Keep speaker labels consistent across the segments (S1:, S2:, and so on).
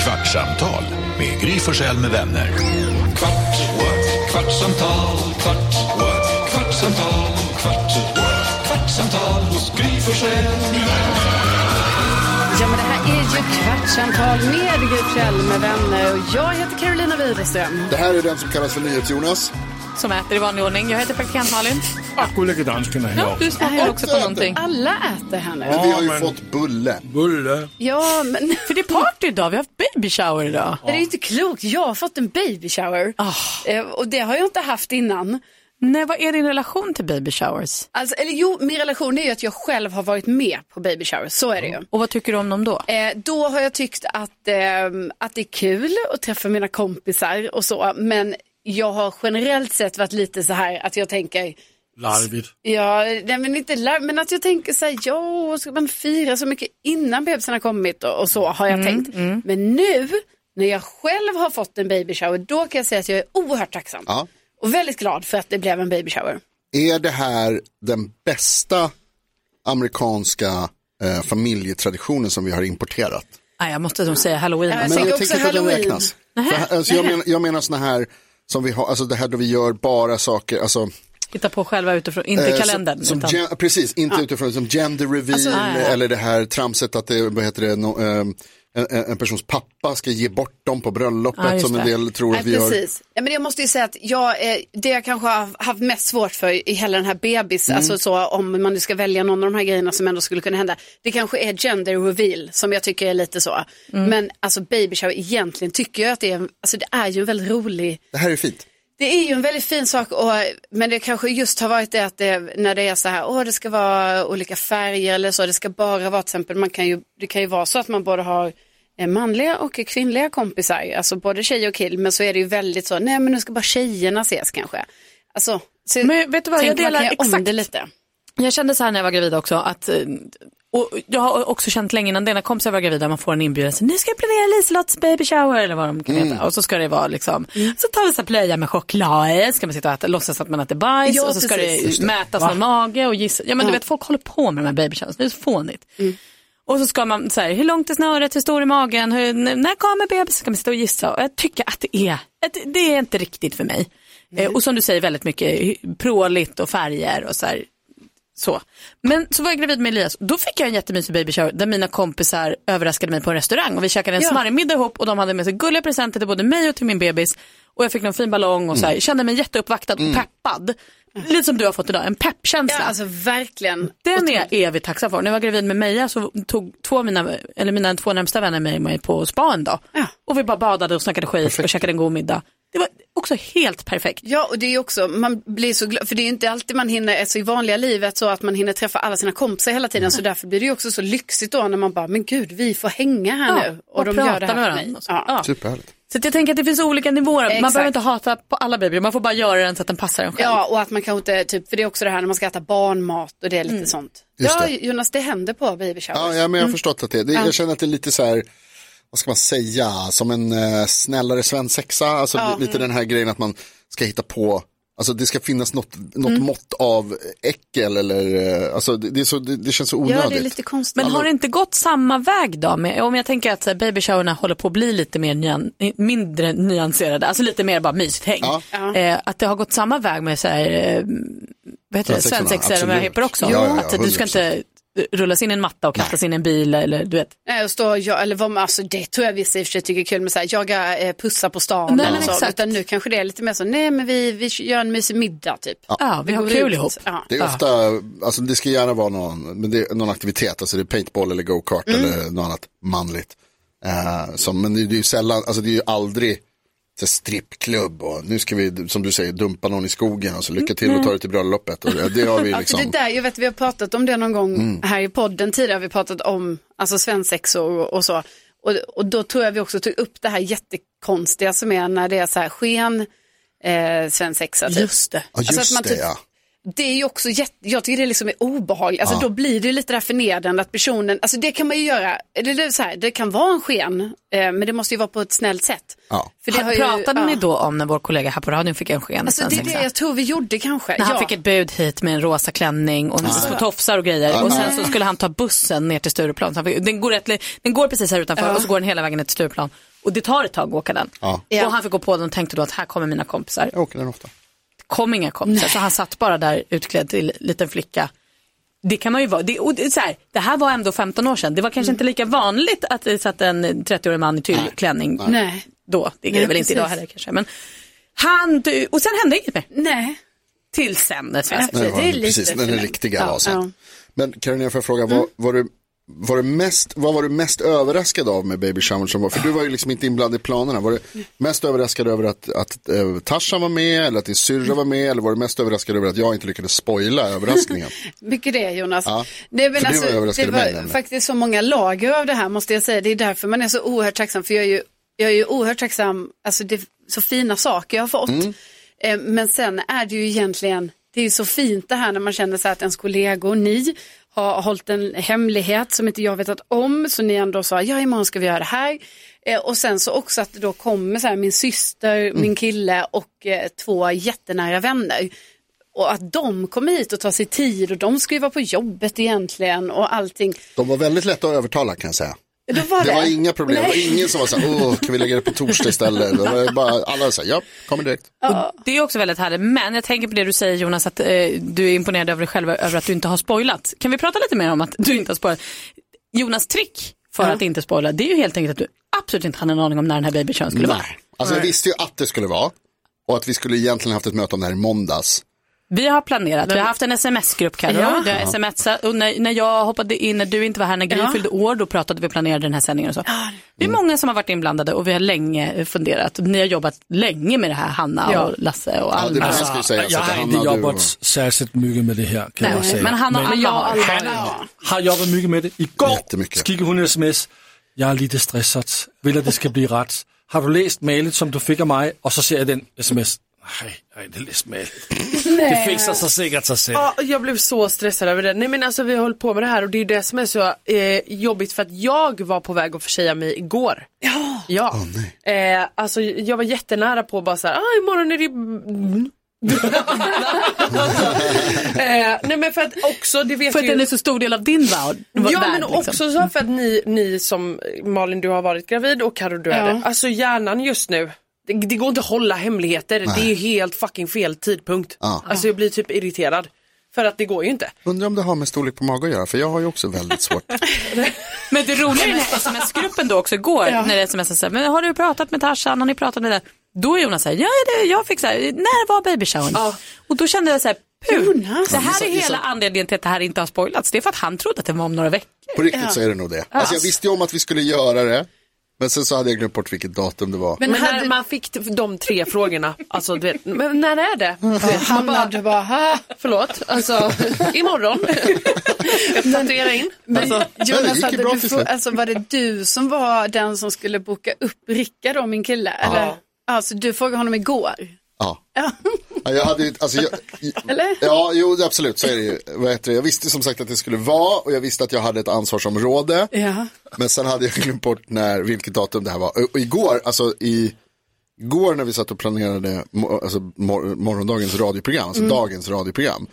S1: Kvartsamtal med Gry Forssell med vänner. Kvart, what? kvartsamtal, kvart, what? kvartsamtal, kvart, what? kvartsamtal hos Gry Forssell med vänner.
S2: Ja, men det här är ju Kvartsamtal med Gry Forssell med vänner. Och jag heter Carolina Widerström.
S3: Det här är den som kallas för NyhetsJonas.
S4: som äter i vanlig ordning. Jag heter praktikant Malin.
S5: Tack gullige dansken är
S4: Ja,
S5: jag.
S4: du smakar också på någonting.
S2: Alla äter här nu.
S3: Men vi har ju
S5: men-
S3: fått bulle.
S5: Bulle.
S2: Ja, men
S4: För det är party idag, vi har haft baby shower idag.
S2: det är ju inte klokt. Jag har fått en baby shower. Eh, Och det har jag inte haft innan.
S4: Nej, vad är din relation till baby showers?
S2: Alltså, eller jo, min relation är ju att jag själv har varit med på baby shower. Så är det ju.
S4: Och vad tycker du om dem då?
S2: Eh, då har jag tyckt att, ehm, att det är kul att träffa mina kompisar och så. Men jag har generellt sett varit lite så här att jag tänker,
S5: Larvigt.
S2: Ja, nej, men inte larv, men att jag tänker så här, ja, ska man fira så mycket innan bebisen har kommit och, och så har jag tänkt. Men nu, när jag själv har fått en baby shower, då kan jag säga att jag är oerhört tacksam.
S3: Ja.
S2: Och väldigt glad för att det blev en baby shower.
S3: Är det här den bästa amerikanska eh, familjetraditionen som vi har importerat?
S4: Nej, Ah, jag måste nog säga halloween.
S2: Ja,
S4: Alltså.
S2: tänker
S3: jag
S2: också
S3: tänker inte att den
S2: Halloween.
S3: räknas. För, här- alltså, jag, men, jag menar sådana här som vi har, alltså det här då vi gör bara saker, alltså.
S4: Hitta på själva utifrån, inte
S3: eh,
S4: kalendern.
S3: Som, som
S4: utan... Alltså,
S3: gen, precis, inte utifrån som gender reveal eller det här tramset att det, vad heter det, no, eh, en, en- en persons pappa ska ge bort dem på bröllopet
S4: Ja, just
S3: som en
S4: det.
S3: del tror
S2: Nej,
S3: att vi gör.
S2: precis. Ja, men jag måste ju säga att jag, eh, det jag kanske har haft mest svårt för i hela den här bebis,
S3: Mm.
S2: alltså så om man nu ska välja någon av de här grejerna som ändå skulle kunna hända, det kanske är gender reveal som jag tycker är lite så. Men alltså baby shower egentligen tycker jag att det är, en- alltså det är ju en väldigt rolig
S3: Det här är fint.
S2: Det är ju en väldigt fin sak, och, men det kanske just har varit det att det, när det är så här, åh det ska vara olika färger eller så, det ska bara vara till exempel, man kan ju, det kan ju vara så att man både har eh, manliga och kvinnliga kompisar, alltså både tjej och kill, men så är det ju väldigt så, nej men nu ska bara tjejerna ses kanske. Alltså, så
S4: Men vet du vad,
S2: tänker
S4: jag delar
S2: man kan göra om
S4: exakt.
S2: det lite.
S4: Jag kände så här när jag var gravid också, att, eh, och jag har också känt länge innan det, när kompisar var gravida, man får en inbjudan, så, nu ska jag planera Liselottes baby shower eller vad de kan heta. Och så ska det vara liksom, så tar vi så här plöja med choklad, ska man sitta och äta, låtsas att man äter bajs
S2: Ja,
S4: och så ska
S2: precis.
S4: det mätas med mage och gissa. Ja men du vet, folk håller på med de här baby showers, det är så fånigt. Och så ska man så här, hur långt är snöret, hur stor är magen, hur, n- när kommer bebisen? Ska man sitta och gissa? Och jag tycker att det är, att det är inte riktigt för mig.
S2: Mm.
S4: Eh, och som du säger väldigt mycket pråligt och färger och så här. Så. Men så var jag gravid med Elias. Då fick jag en jättemysig baby shower där mina kompisar överraskade mig på en restaurang och vi käkade en
S2: Ja.
S4: smarrig middag ihop och de hade med sig gulliga presenter till både mig och till min bebis. Och jag fick någon fin ballong och så
S2: Mm.
S4: här, kände mig jätteuppvaktad och peppad. Lite som du har fått idag, en
S2: Ja,
S4: peppkänsla.
S2: alltså verkligen.
S4: Den är jag evigt tacksam för. När jag var gravid med Meja så tog två av mina, eller mina två närmsta vänner med mig på spa en dag.
S2: Ja.
S4: Och vi bara badade och snackade skit och käkade en god middag. Det var också helt perfekt.
S2: Ja, och det är ju också, man blir så glad, för det är ju inte alltid man hinner, alltså i vanliga livet så att man hinner träffa alla sina kompisar hela tiden, så därför blir det ju också så lyxigt då när man bara, men gud, vi får hänga här nu.
S4: och, prata med
S2: för mig.
S4: varandra. och Så,
S2: Ja.
S4: ja.
S3: Superhärligt.
S4: så att jag tänker att det finns olika nivåer. Man
S2: Exakt.
S4: behöver inte hata på alla babyer, man får bara göra den så att den passar en själv.
S2: ja, och att man kanske inte, typ, för det är också det här när man ska äta barnmat och det är lite
S4: Mm.
S2: sånt.
S3: Just
S2: ja,
S3: det.
S2: Jonas, det händer på baby showers.
S3: Ja, ja men
S2: Mm.
S3: jag har förstått att det, det Jag känner att det är lite så här, vad ska man säga, som en eh, snällare svensexa. Alltså li- lite den här grejen att man ska hitta på, alltså det ska finnas något, något
S2: Mm.
S3: mått av äckel eller, eh, alltså det, det, är så, det, det känns så onödigt.
S2: Ja, det är lite konstigt.
S4: Men har det inte gått samma väg då? Med, om jag tänker att så här, babyshowrarna håller på att bli lite mer nyan, mindre nyanserade, alltså lite mer bara mysigt häng.
S3: Ja.
S4: Eh, att det har gått samma väg med så här, eh, vad heter det,
S3: Svensexorna,
S4: svensexor och
S3: absolut.
S4: möhippor också.
S3: Ja, ja, ja,
S4: att du ska
S3: 100%.
S4: inte rullas in i en matta och kastas in i en bil eller du vet.
S2: Nej, och stå, ja, eller vad man, alltså det tror jag vissa i och för sig tycker är kul, men så här, jaga eh, pussar på stan
S4: Nej,
S2: eller
S4: men
S2: så.
S4: exakt.
S2: Utan nu kanske det är lite mer så, nej men vi, vi gör en mysig middag typ.
S4: Ja, vi har
S2: går
S4: kul
S2: ut.
S4: ihop.
S2: Ja.
S3: Det är ofta, alltså det ska gärna vara någon, men det är någon aktivitet, alltså det är paintball eller go-kart
S2: Mm.
S3: eller något annat manligt. Eh, som, men det är ju sällan, alltså det är ju aldrig så här strippklubb och nu ska vi, som du säger, dumpa någon i skogen och så lycka till och ta det till bröllopet. Och det, det har vi
S2: Mm, Alltså
S3: liksom. Mm.
S2: det där, jag vet vi har pratat om det någon gång här i podden tidigare, har vi pratat om alltså svensexor och, och så. Och, och då tror jag vi också tog upp det här jättekonstiga som är när det är så här sken eh, svensexa. Typ.
S4: det.
S3: Ja, just
S2: Alltså att man
S3: det
S2: typ-
S3: ja.
S2: det är ju också jätte, jag tycker det liksom är obehagligt, alltså då blir det ju lite där förnedrande att personen, alltså det kan man ju göra, det, det, är så här, det kan vara en sken, eh, men det måste ju vara på ett snällt sätt.
S3: Ja.
S2: För det har ju-
S4: Pratade
S2: ja.
S4: ni då om när vår kollega här på radion fick en sken?
S2: Alltså det är det jag tror vi gjorde kanske.
S4: När han
S2: ja.
S4: fick ett bud hit med en rosa klänning och små tofsar och grejer. och sen så skulle han ta bussen ner till Stureplan. Så han fick, den, går rätt, li- den går precis här utanför och så går den hela vägen ner till Stureplan. Och det tar ett tag att åka den.
S2: Ja.
S4: Och han fick gå på den och tänkte då att här kommer mina kompisar.
S3: Jag åker den ofta.
S4: Det kom inga kompisar. Så han satt bara där utklädd till liten flicka. Det kan man ju vara. Det, och det, är så här, det här var ändå 15 år sedan. Det var kanske inte lika vanligt att det satt en 30-årig man i tyllklänning
S2: Mm. Nej.
S4: då. Det är det
S2: Nej,
S4: väl inte idag
S2: precis.
S4: heller kanske. Men han, du, och sen hände inget mer.
S2: Nej.
S4: Till sen när Sven
S2: Nej.
S3: Nej,
S2: Det är
S3: det var,
S2: lite
S3: precis, den är
S2: förlängt.
S3: riktiga
S2: Ja,
S3: var sen.
S2: ja. Mm.
S3: Men Carolina, får jag fråga, vad, var du, var du mest, vad var du mest överraskad av med Baby Shower? Som var, för du var ju liksom inte inblandad i planerna. Var du mest överraskad över att, att eh, Tarzan var med eller att din syrra var med? Eller var du mest överraskad över att jag inte lyckades spoila överraskningen?
S2: Mycket det Jonas.
S3: Ja.
S2: Det, är väl
S3: För det
S2: alltså,
S3: var
S2: det
S3: överraskande
S2: var
S3: mig, nämligen.
S2: faktiskt så många lager av det här måste jag säga. Det är därför man är så oerhört tacksam. För jag är ju, jag är ju oerhört tacksam, alltså det är så fina saker jag har fått.
S3: Mm.
S2: Eh, men sen är det ju egentligen, det är ju så fint det här när man känner så här att ens kollegor, ni, har hållit en hemlighet som inte jag vetat om. Så ni ändå sa, ja imorgon ska vi göra det här. Eh, och sen så också att det då kommer så här min syster,
S6: Mm.
S2: min kille och eh, två jättenära vänner. Och att de kom hit och tar sig tid och de ska ju vara på jobbet egentligen och allting.
S3: De var väldigt lätta att övertala kan jag säga.
S2: Då var det.
S3: Det var inga problem, det
S2: Nej.
S3: var ingen som var så här, åh, kan vi lägga det på torsdag istället? Det var bara, alla sa, ja, kommer direkt.
S4: Och det är också väldigt härligt, men jag tänker på det du säger Jonas, att eh, du är imponerad över dig själv över att du inte har spoilat. Kan vi prata lite mer om att du inte har spoilat? Jonas trick för att inte spoila, det är ju helt enkelt att du absolut inte hade en aning om när den här babykön skulle vara.
S3: Alltså jag visste ju att det skulle vara. Och att vi skulle egentligen haft ett möte om det här i måndags.
S4: Vi har planerat, vi har haft en sms-grupp Carro,
S2: Ja.
S4: du har smsat och när, när jag hoppade in, när du inte var här, när Gry
S2: Ja.
S4: fyllde år, då pratade vi och planerade den här sändningen och så. Det är många som har varit inblandade och vi har länge funderat. Ni har jobbat länge med det här, Hanna
S2: Ja.
S4: och Lasse och
S3: Ja, det
S4: Alma.
S3: måste jag ju säga.
S5: Jag
S3: att
S5: har
S3: Hanna,
S5: inte
S3: du
S5: jobbat
S3: var-
S5: särskilt mycket med det här kan jag
S4: Nej,
S5: säga.
S4: men Hanna och Alma
S2: jag och
S4: har.
S2: Alma.
S5: Hanna har jobbat mycket med det. Igår
S3: Jättemycket.
S5: skickade hon en sms. Jag är lite stressad, vill att det ska bli rätt. Har du läst mejlet som du fick av mig? Och så ser jag den sms. Nej, jag har inte läst mejlet. Det fixar sig säkert sig själv.
S6: Ja, jag blev så stressad över det. Nej men alltså vi har hållit på med det här och det är ju det som är så eh, jobbigt för att jag var på väg att försäga mig igår. Ja. Ja. eh, alltså jag var jättenära på att bara så här, ah, imorgon är det mm. eh, nej men för att också, det vet
S4: För att
S6: ju...
S4: den är så stor del av din värld.
S6: Ja
S4: värld,
S6: men
S4: liksom.
S6: också så för att ni, ni som Malin du har varit gravid och Carro du är det. Alltså hjärnan just nu. Det, det går inte att hålla hemligheter. Det är ju helt fucking fel tidpunkt.
S3: Ja.
S6: Alltså jag blir typ irriterad. För att det går ju inte.
S3: Undrar om det har med storlek på mage att göra, för jag har ju också väldigt svårt.
S4: Men det roliga i den här sms-gruppen då också igår, när det smsade så här, men har du pratat med Tarzan, har ni pratat med det? Då är Jonas så här, ja det, jag fick så här, när var babyshowen? Och då kände jag så här, puh,
S2: Jonas.
S4: det här
S3: Ja,
S4: är
S3: gissa-
S4: hela anledningen till att det här inte har spoilats. Det är för att han trodde att det var om några veckor.
S3: På riktigt så är det nog det. Alltså jag visste ju om att vi skulle göra det, men sen så hade jag glömt bort vilket datum det var.
S6: Men,
S2: hade-
S6: när man fick t- de tre frågorna, alltså du vet, men när är det? Man
S2: Hanna,
S6: bara,
S2: du bara, "Ha."
S6: förlåt, alltså imorgon. Jag tatuerar in. Alltså,
S2: Men
S3: det
S2: Jonas,
S3: gick ju
S2: hade
S3: bra
S2: du
S3: till
S2: frå-
S3: slut.
S2: alltså, var det du som var den som skulle boka upp Rickard då, min kille? Eller? Alltså du frågade honom igår.
S3: Ja.
S2: Ja.
S3: Ja, Jag hade ju, alltså, jag,
S2: Eller?
S3: Ja, jo absolut så är det ju. Vad heter det? Jag visste som sagt att det skulle vara och jag visste att jag hade ett ansvarsområde.
S2: Ja.
S3: Men sen hade jag glömt bort när, vilket datum det här var. Och- Och igår, alltså i, igår när vi satt och planerade mo- alltså, mor- morgondagens radioprogram, alltså
S6: Mm.
S3: dagens radioprogram.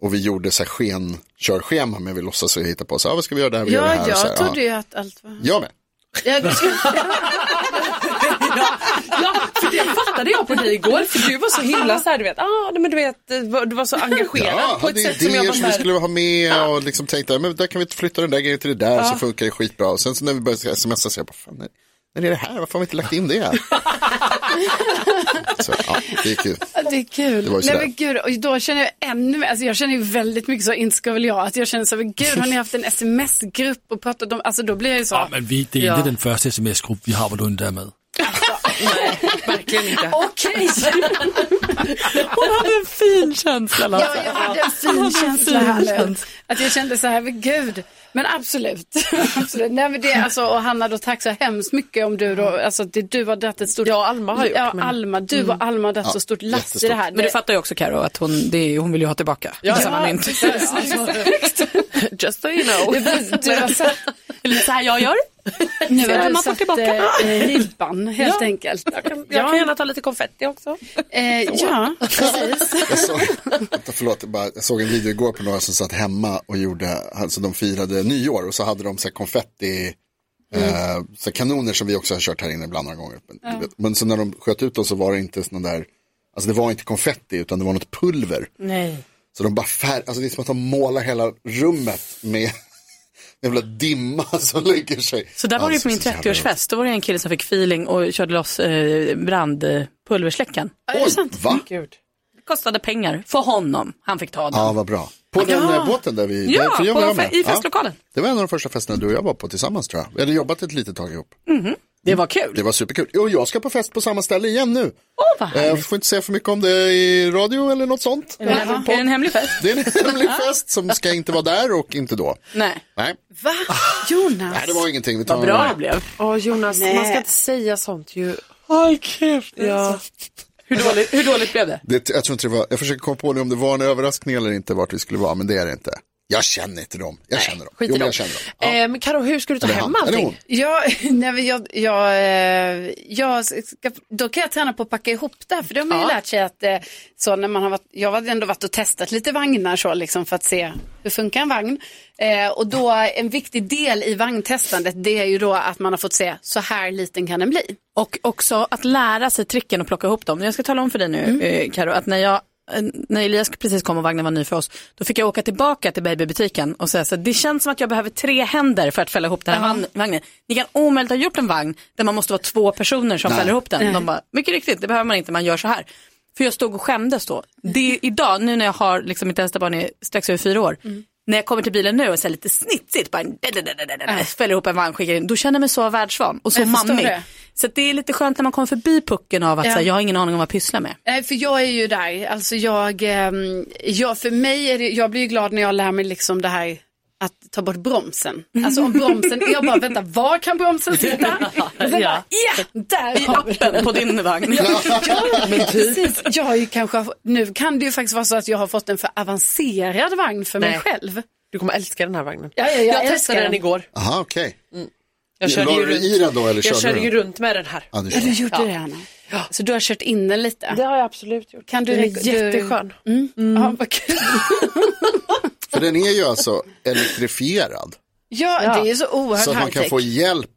S3: Och vi gjorde så här sken, körschema men vi låtsas att vi hittar på, så här, "Ah, vad ska vi göra det här, vi gör det
S2: Ja,
S3: här. och så här,
S2: jag trodde
S3: ja.
S2: ju att allt var...
S3: Jag med.
S2: Ja, du skulle...
S6: Ja, för det fattade jag på dig igår, för du var så himla så här, du vet, ah, nej, men du vet, du var- du var så engagerad
S3: Ja,
S6: på
S3: hade
S6: ett sätt som jag
S3: idéer
S6: var
S3: som,
S6: så
S3: vi
S6: här,
S3: skulle ha med och liksom tänkte, men där kan vi flytta den där grejen till det där så funkar det skitbra. Och sen så när vi började smsa så jag bara, fan, när, när är det här? Varför har vi inte lagt in det? så, ja, det gick ju.
S2: Ja, Det är kul.
S3: Det var ju
S2: Nej
S3: sådär.
S2: men gud, och då känner jag ännu mer, alltså jag känner ju väldigt mycket så, inte ska väl jag, att jag känner så, men gud har ni haft en sms-grupp och pratat om, alltså då blir jag ju så,
S5: Ja, men vi, det är inte den första sms-grupp vi har, vad du inte är med.
S6: verkligen inte.
S2: okej,
S4: Hon hade en fin känsla
S2: ja, jag hade en fin känsla här nu. Att jag kände så här, men gud, Men absolut. absolut. Nej, men det, är alltså, och Hanna, då tack så hemskt mycket om du då, alltså det, du har dragit ett stort...
S6: Ja, Alma har gjort,
S2: Ja,
S6: men- Mm.
S2: Alma, du och Alma har dragit så stort last i det här.
S4: Men du fattar ju också Karo att hon, det är, hon vill ju ha tillbaka. Ja,
S2: ja,
S4: ja. Inte.
S6: Just so you know.
S2: Du, du har satt,
S4: Eller så här jag gör.
S2: nu har
S4: Ser man
S2: du
S4: får
S2: satt
S4: tillbaka.
S2: eh, eh, ribban helt enkelt.
S6: Jag kan gärna ta lite konfetti också.
S2: Eh, ja, precis.
S3: Jag såg, vänta, förlåt, jag bara, jag såg en video igår på några som satt hemma och gjorde, alltså de firade nyår och så hade de så här konfetti, eh, så här kanoner som vi också har kört här inne ibland några gånger. Men, du vet, men så när de sköt ut dem så var det inte sådana där, alltså det var inte konfetti utan det var något pulver.
S6: Nej.
S3: Så de bara färg, alltså det är som att de målar hela rummet med jävla dimma som lägger sig.
S4: Så där var det ju
S3: Alltså,
S4: på min
S3: så jävla gott.
S4: 30-årsfest. Då var det en kille som fick feeling och körde loss eh, brandpulversläckan.
S3: Oj, va?
S6: Gud.
S4: Det kostade pengar för honom. Han fick ta den.
S3: Ja, vad bra. På den eh, båten där vi...
S4: Ja,
S3: där, för jag
S4: på
S3: var
S4: fe-
S3: med.
S4: i festlokalen.
S3: Ja, det var en av de första festerna du och jag var på tillsammans tror jag. Vi hade jobbat ett litet tag ihop.
S4: Mm. Det var kul.
S3: Det var superkul. Och jag ska på fest på samma ställe igen nu.
S4: Åh, vad
S3: Eh,
S4: härligt.
S3: Jag får inte säga för mycket om det i radio eller något sånt.
S4: Är det en hemlig fest?
S3: Det är en hemlig fest som ska inte vara där och inte då.
S4: Nej.
S3: Nej,
S2: Va? Jonas?
S3: Nej det var ingenting. Vi tar
S4: Vad bra det blev.
S6: Åh Jonas,
S2: Nej.
S6: man ska inte säga sånt ju.
S4: Aj, kul.
S6: Ja.
S4: Hur dåligt, hur dåligt blev det?
S3: Det, jag tror inte det var, jag försöker komma på nu om det var en överraskning eller inte vart vi skulle vara, men det är det inte. Jag känner inte dem. Jag känner dem.
S6: Skit
S3: Jo, men
S6: i dem.
S3: jag känner dem. Ja.
S6: Eh, men Karo, hur ska du ta
S3: Eller
S6: hem
S3: han. Eller hon.
S6: allting?
S2: Ja, nej, men jag, jag, eh, jag ska, då kan jag träna på att packa ihop det här, för det har man ju lärt sig att eh, så när man har varit, jag har ändå varit och testat lite vagnar så liksom för att se hur funkar en vagn. Eh, och då en viktig del i vagntestandet det är ju då att man har fått se så här liten kan den bli.
S4: Och också att lära sig tricken och plocka ihop dem. Jag ska tala om för dig nu,
S2: Mm.
S4: eh, Karo, att när, jag, eh, när Elias precis kom och vagnen var ny för oss, då fick jag åka tillbaka till babybutiken och säga så här, det känns som att jag behöver tre händer för att fälla ihop den här vagn- vagnen. Ni kan omöjligt ha gjort en vagn där man måste vara två personer som fäller ihop den. De bara, mycket riktigt, det behöver man inte, man gör så här. För jag stod och skämdes då. Det är idag, nu när jag har, liksom mitt äldsta barn är strax över fyra år,
S2: Mm.
S4: när jag kommer till bilen nu och säger lite snitsigt, bara, fäller ihop en vagn, skickar in, då känner jag mig så världsvan och så
S2: Jag förstår
S4: mammig.
S2: det.
S4: Så att det är lite skönt när man kommer förbi pucken av att
S2: Ja.
S4: så här, jag har ingen aning om vad jag pysslar med.
S2: Nej, för jag är ju där. Alltså jag, ehm, jag för mig är det, jag blir ju glad när jag lär mig liksom det här att ta bort bromsen. Alltså om bromsen, jag bara vänta, var kan bromsen sitta? Och sen bara, ja, där kommer den.
S4: Appen på din vagn.
S2: Ja, precis. Jag har ju kanske, nu kan det ju faktiskt vara så att jag har fått en för avancerad vagn för mig
S6: Nej.
S2: själv.
S6: Du kommer älska den här vagnen.
S2: Ja, ja, jag
S6: jag
S2: älskar
S6: testade den
S2: den.
S6: igår.
S3: Aha, okej.
S6: Jag körde
S3: la
S6: ju
S3: du
S6: runt,
S3: i den då, eller körde
S6: jag körde
S3: du
S6: ju
S3: den?
S6: runt med den här.
S3: Ja, du
S2: Ja,
S3: kör.
S2: du gjorde det Hanna. Så du har kört in den lite.
S6: Det har jag absolut gjort.
S2: Kan du
S6: den är
S2: rek- du-
S6: jätteskön.
S2: Mm. Ja, vad kul.
S3: För den är ju alltså elektrifierad.
S2: Ja, det är ju så oerhört
S3: Så att man kan
S2: high-tech.
S3: få hjälp.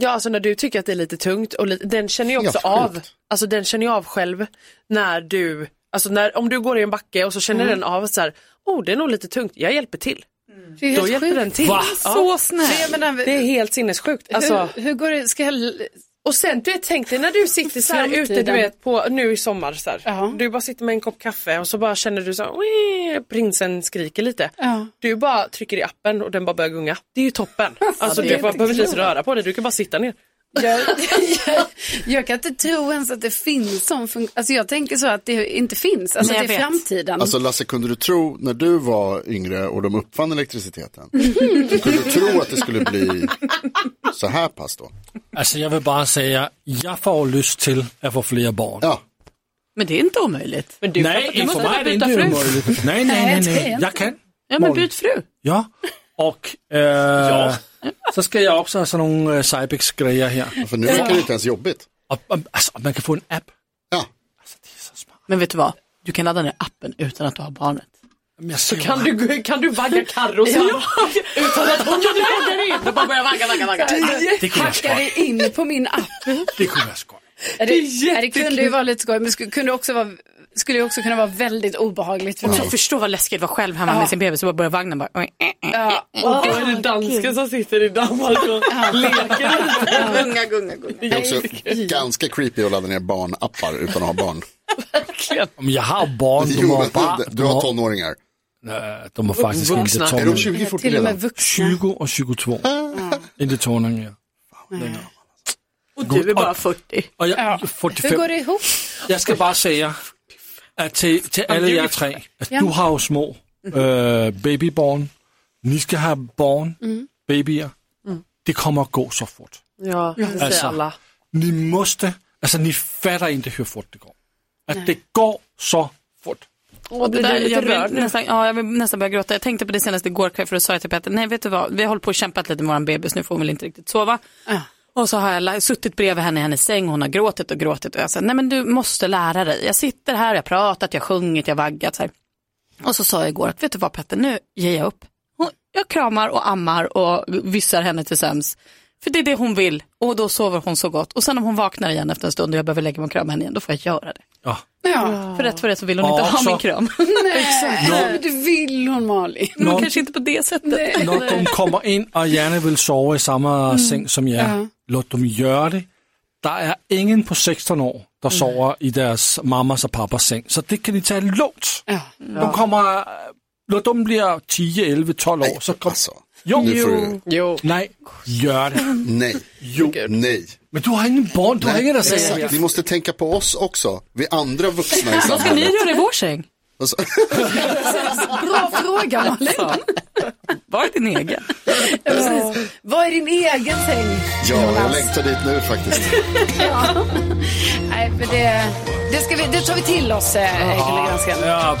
S6: Ja, alltså när du tycker att det är lite tungt och lite, den känner jag
S3: Ja,
S6: också
S3: sjukt.
S6: av. Alltså den känner jag av själv när du, alltså när, om du går i en backe och så känner den av att så här, oh det är nog lite tungt, jag hjälper till.
S2: Det är
S6: Då
S2: helt
S6: hjälper
S2: sjukt.
S6: den till.
S4: Så snäll.
S2: Jag menar,
S6: Det är helt sinnessjukt. Alltså,
S2: hur, hur går det, ska jag
S6: och sen du vet, tänk dig när du sitter så här ute, du
S2: Framtiden.
S6: vet på, nu i sommar så här,
S2: Ja.
S6: du bara sitter med en kopp kaffe och så bara känner du så här, "Wee", prinsen skriker lite.
S2: Ja.
S6: Du bara trycker i appen och den bara börjar gunga. Det är ju toppen. Alltså
S4: det
S6: du
S4: är
S6: bara behöver inte ens röra på dig, du kan bara sitta ner.
S2: Jag, jag, jag kan inte tro ens att det finns sån funktion. Alltså jag tänker så att det inte finns. Alltså
S4: Nej,
S2: att det är
S4: jag vet.
S2: framtiden.
S3: Alltså Lasse, kunde du tro när du var yngre och de uppfann elektriciteten? kunde du tro att det skulle bli så här pass då?
S5: Altså, jeg vil bare sige, at jeg får lyst til at få flere børn.
S3: Ja,
S4: Men det är inte omöjligt.
S6: Men du,
S5: nej,
S4: du måste
S5: for mig er det
S4: bytte
S5: ikke
S4: fru.
S5: umuligt. Nej, nej, nej, nej. Jeg kan.
S4: Ja men byt fru.
S5: Ja. Och øh, så skal jeg også have sådan nogle øh, Cybex-grejer her.
S3: för nu verkar det inte ens jobbigt.
S5: Og, og, altså, alltså, man kan få en app.
S3: Ja,
S4: Men vet du vad? Du kan ladda ner appen utan att du har barnet.
S5: Men jeg så
S6: Kan du, kan du vagga Carro så? Utan att hon gjorde det? Du bara börjar vagga, vagga, vagga.
S5: det kunne
S2: Hackar
S5: jeg skoj.
S2: det in på min app.
S5: Det kunne jeg skoj.
S2: Det, det, det kunde ju vara lite skoj, men det skulle, kunde också vara, skulle ju också kunna vara väldigt obehagligt för
S3: Alltså,
S2: mig.
S4: Jag förstår vad läskigt det var själv hemma med sin bebis och bara börjar vagnen bara. oj, eh, eh.
S2: Ja,
S6: Och då är det dansken som sitter i Danmark och leker.
S4: Gunga, gunga, gunga.
S3: det är också ganska creepy att ladda ner barnappar utan att ha barn.
S5: Men jeg har jo børn, du
S3: Jo,
S5: må
S3: men
S5: bare...
S3: du har tonåringar.
S5: Nej, de har faktisk inte
S6: Vuxna.
S3: Är de
S5: tonåringar.
S3: 20 fort
S2: till och
S3: redan?
S2: med vuxna.
S5: 20 och 22. Inte tonåringar.
S4: Och du är bara 40.
S5: Och jag,
S2: Hur
S5: 45.
S2: går det ihop?
S5: Jag ska bara säga att till, till alla er tre, att du har ju små äh, babybarn, øh, Ni ska ha barn,
S6: Mhm.
S5: babyer. Det kommer att gå så fort.
S6: Ja, det säger
S5: Alltså.
S6: alla.
S5: Ni måste, alltså ni fattar inte hur fort det går. Att det går så fort.
S4: Och det
S6: blir
S4: där,
S6: lite
S4: jag,
S6: rörd
S4: vill
S6: nu.
S4: nästan, ja, jag vill nästan börja gråta. Jag tänkte på det senast igår kväll för då sa jag till Peter, nej vet du vad, vi håller på och kämpat lite med våran bebis, nu får hon väl inte riktigt sova. Och så har jag la- suttit bredvid henne i hennes säng, hon har gråtit och gråtit och jag sa, nej men du måste lära dig. Jag sitter här, jag har pratat, jag har sjungit, jag har vaggat. Så här. Och så sa jag igår att vet du vad Petter, nu ger jag upp. Hon, jag kramar och ammar och vissar henne till sömns. För det är det hon vill och då sover hon så gott. Och sen om hon vaknar igen efter en stund och jag behöver lägga mig och krama henne igen, då får jag göra det.
S5: Ja.
S2: Ja.
S4: För rätt för det så vill hon inte
S5: Ja,
S4: ha
S5: så-
S4: min kram.
S2: Nej, det vill hon Malin.
S4: Men
S5: Någon-
S4: kanske inte på det sättet.
S5: När de kommer in och gärna vill sova i samma säng som jag, låt dem göra det. Det är ingen på 16 år som sover i deras mammas och pappas säng, så det kan ni ta lugnt.
S2: Ja.
S5: De kommer, äh, låt dem bli 10, 11, 12 år. Så kom.
S3: Alltså,
S5: Jo,
S3: nu får du,
S6: Jo.
S5: nej, gör det.
S3: nej,
S5: Jo.
S3: nej.
S5: Men du har ingen barn, du har ingen att säga.
S3: Exakt. Ni måste tänka på oss också, vi andra vuxna i
S4: Vad ska ni
S3: samhället.
S4: göra i vår säng?
S3: Alltså,
S2: Bra fråga Malin.
S4: Alltså, Var din egen?
S2: Ja, precis. Vad är din egen säng?
S3: ja, jag längtar dit nu faktiskt.
S2: Nej, för det, det, ska vi, det tar vi till oss, eh, Gullegranskan.
S5: Ja,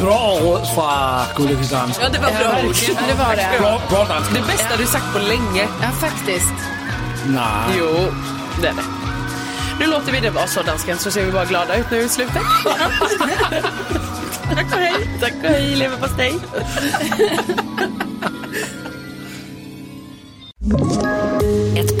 S5: bra råd från Gullig Kristiansen.
S6: Ja, det var bra ord.
S2: Ja, det var det.
S5: Bra, bra dansk.
S6: Det bästa du sagt på länge.
S2: Ja, faktiskt.
S5: Nej.
S6: Jo, det är det. Nu låter vi det vara så dansken så ser vi bara glada ut nu i slutet. Tack och hej. Tack och hej leverpastej.
S7: Ett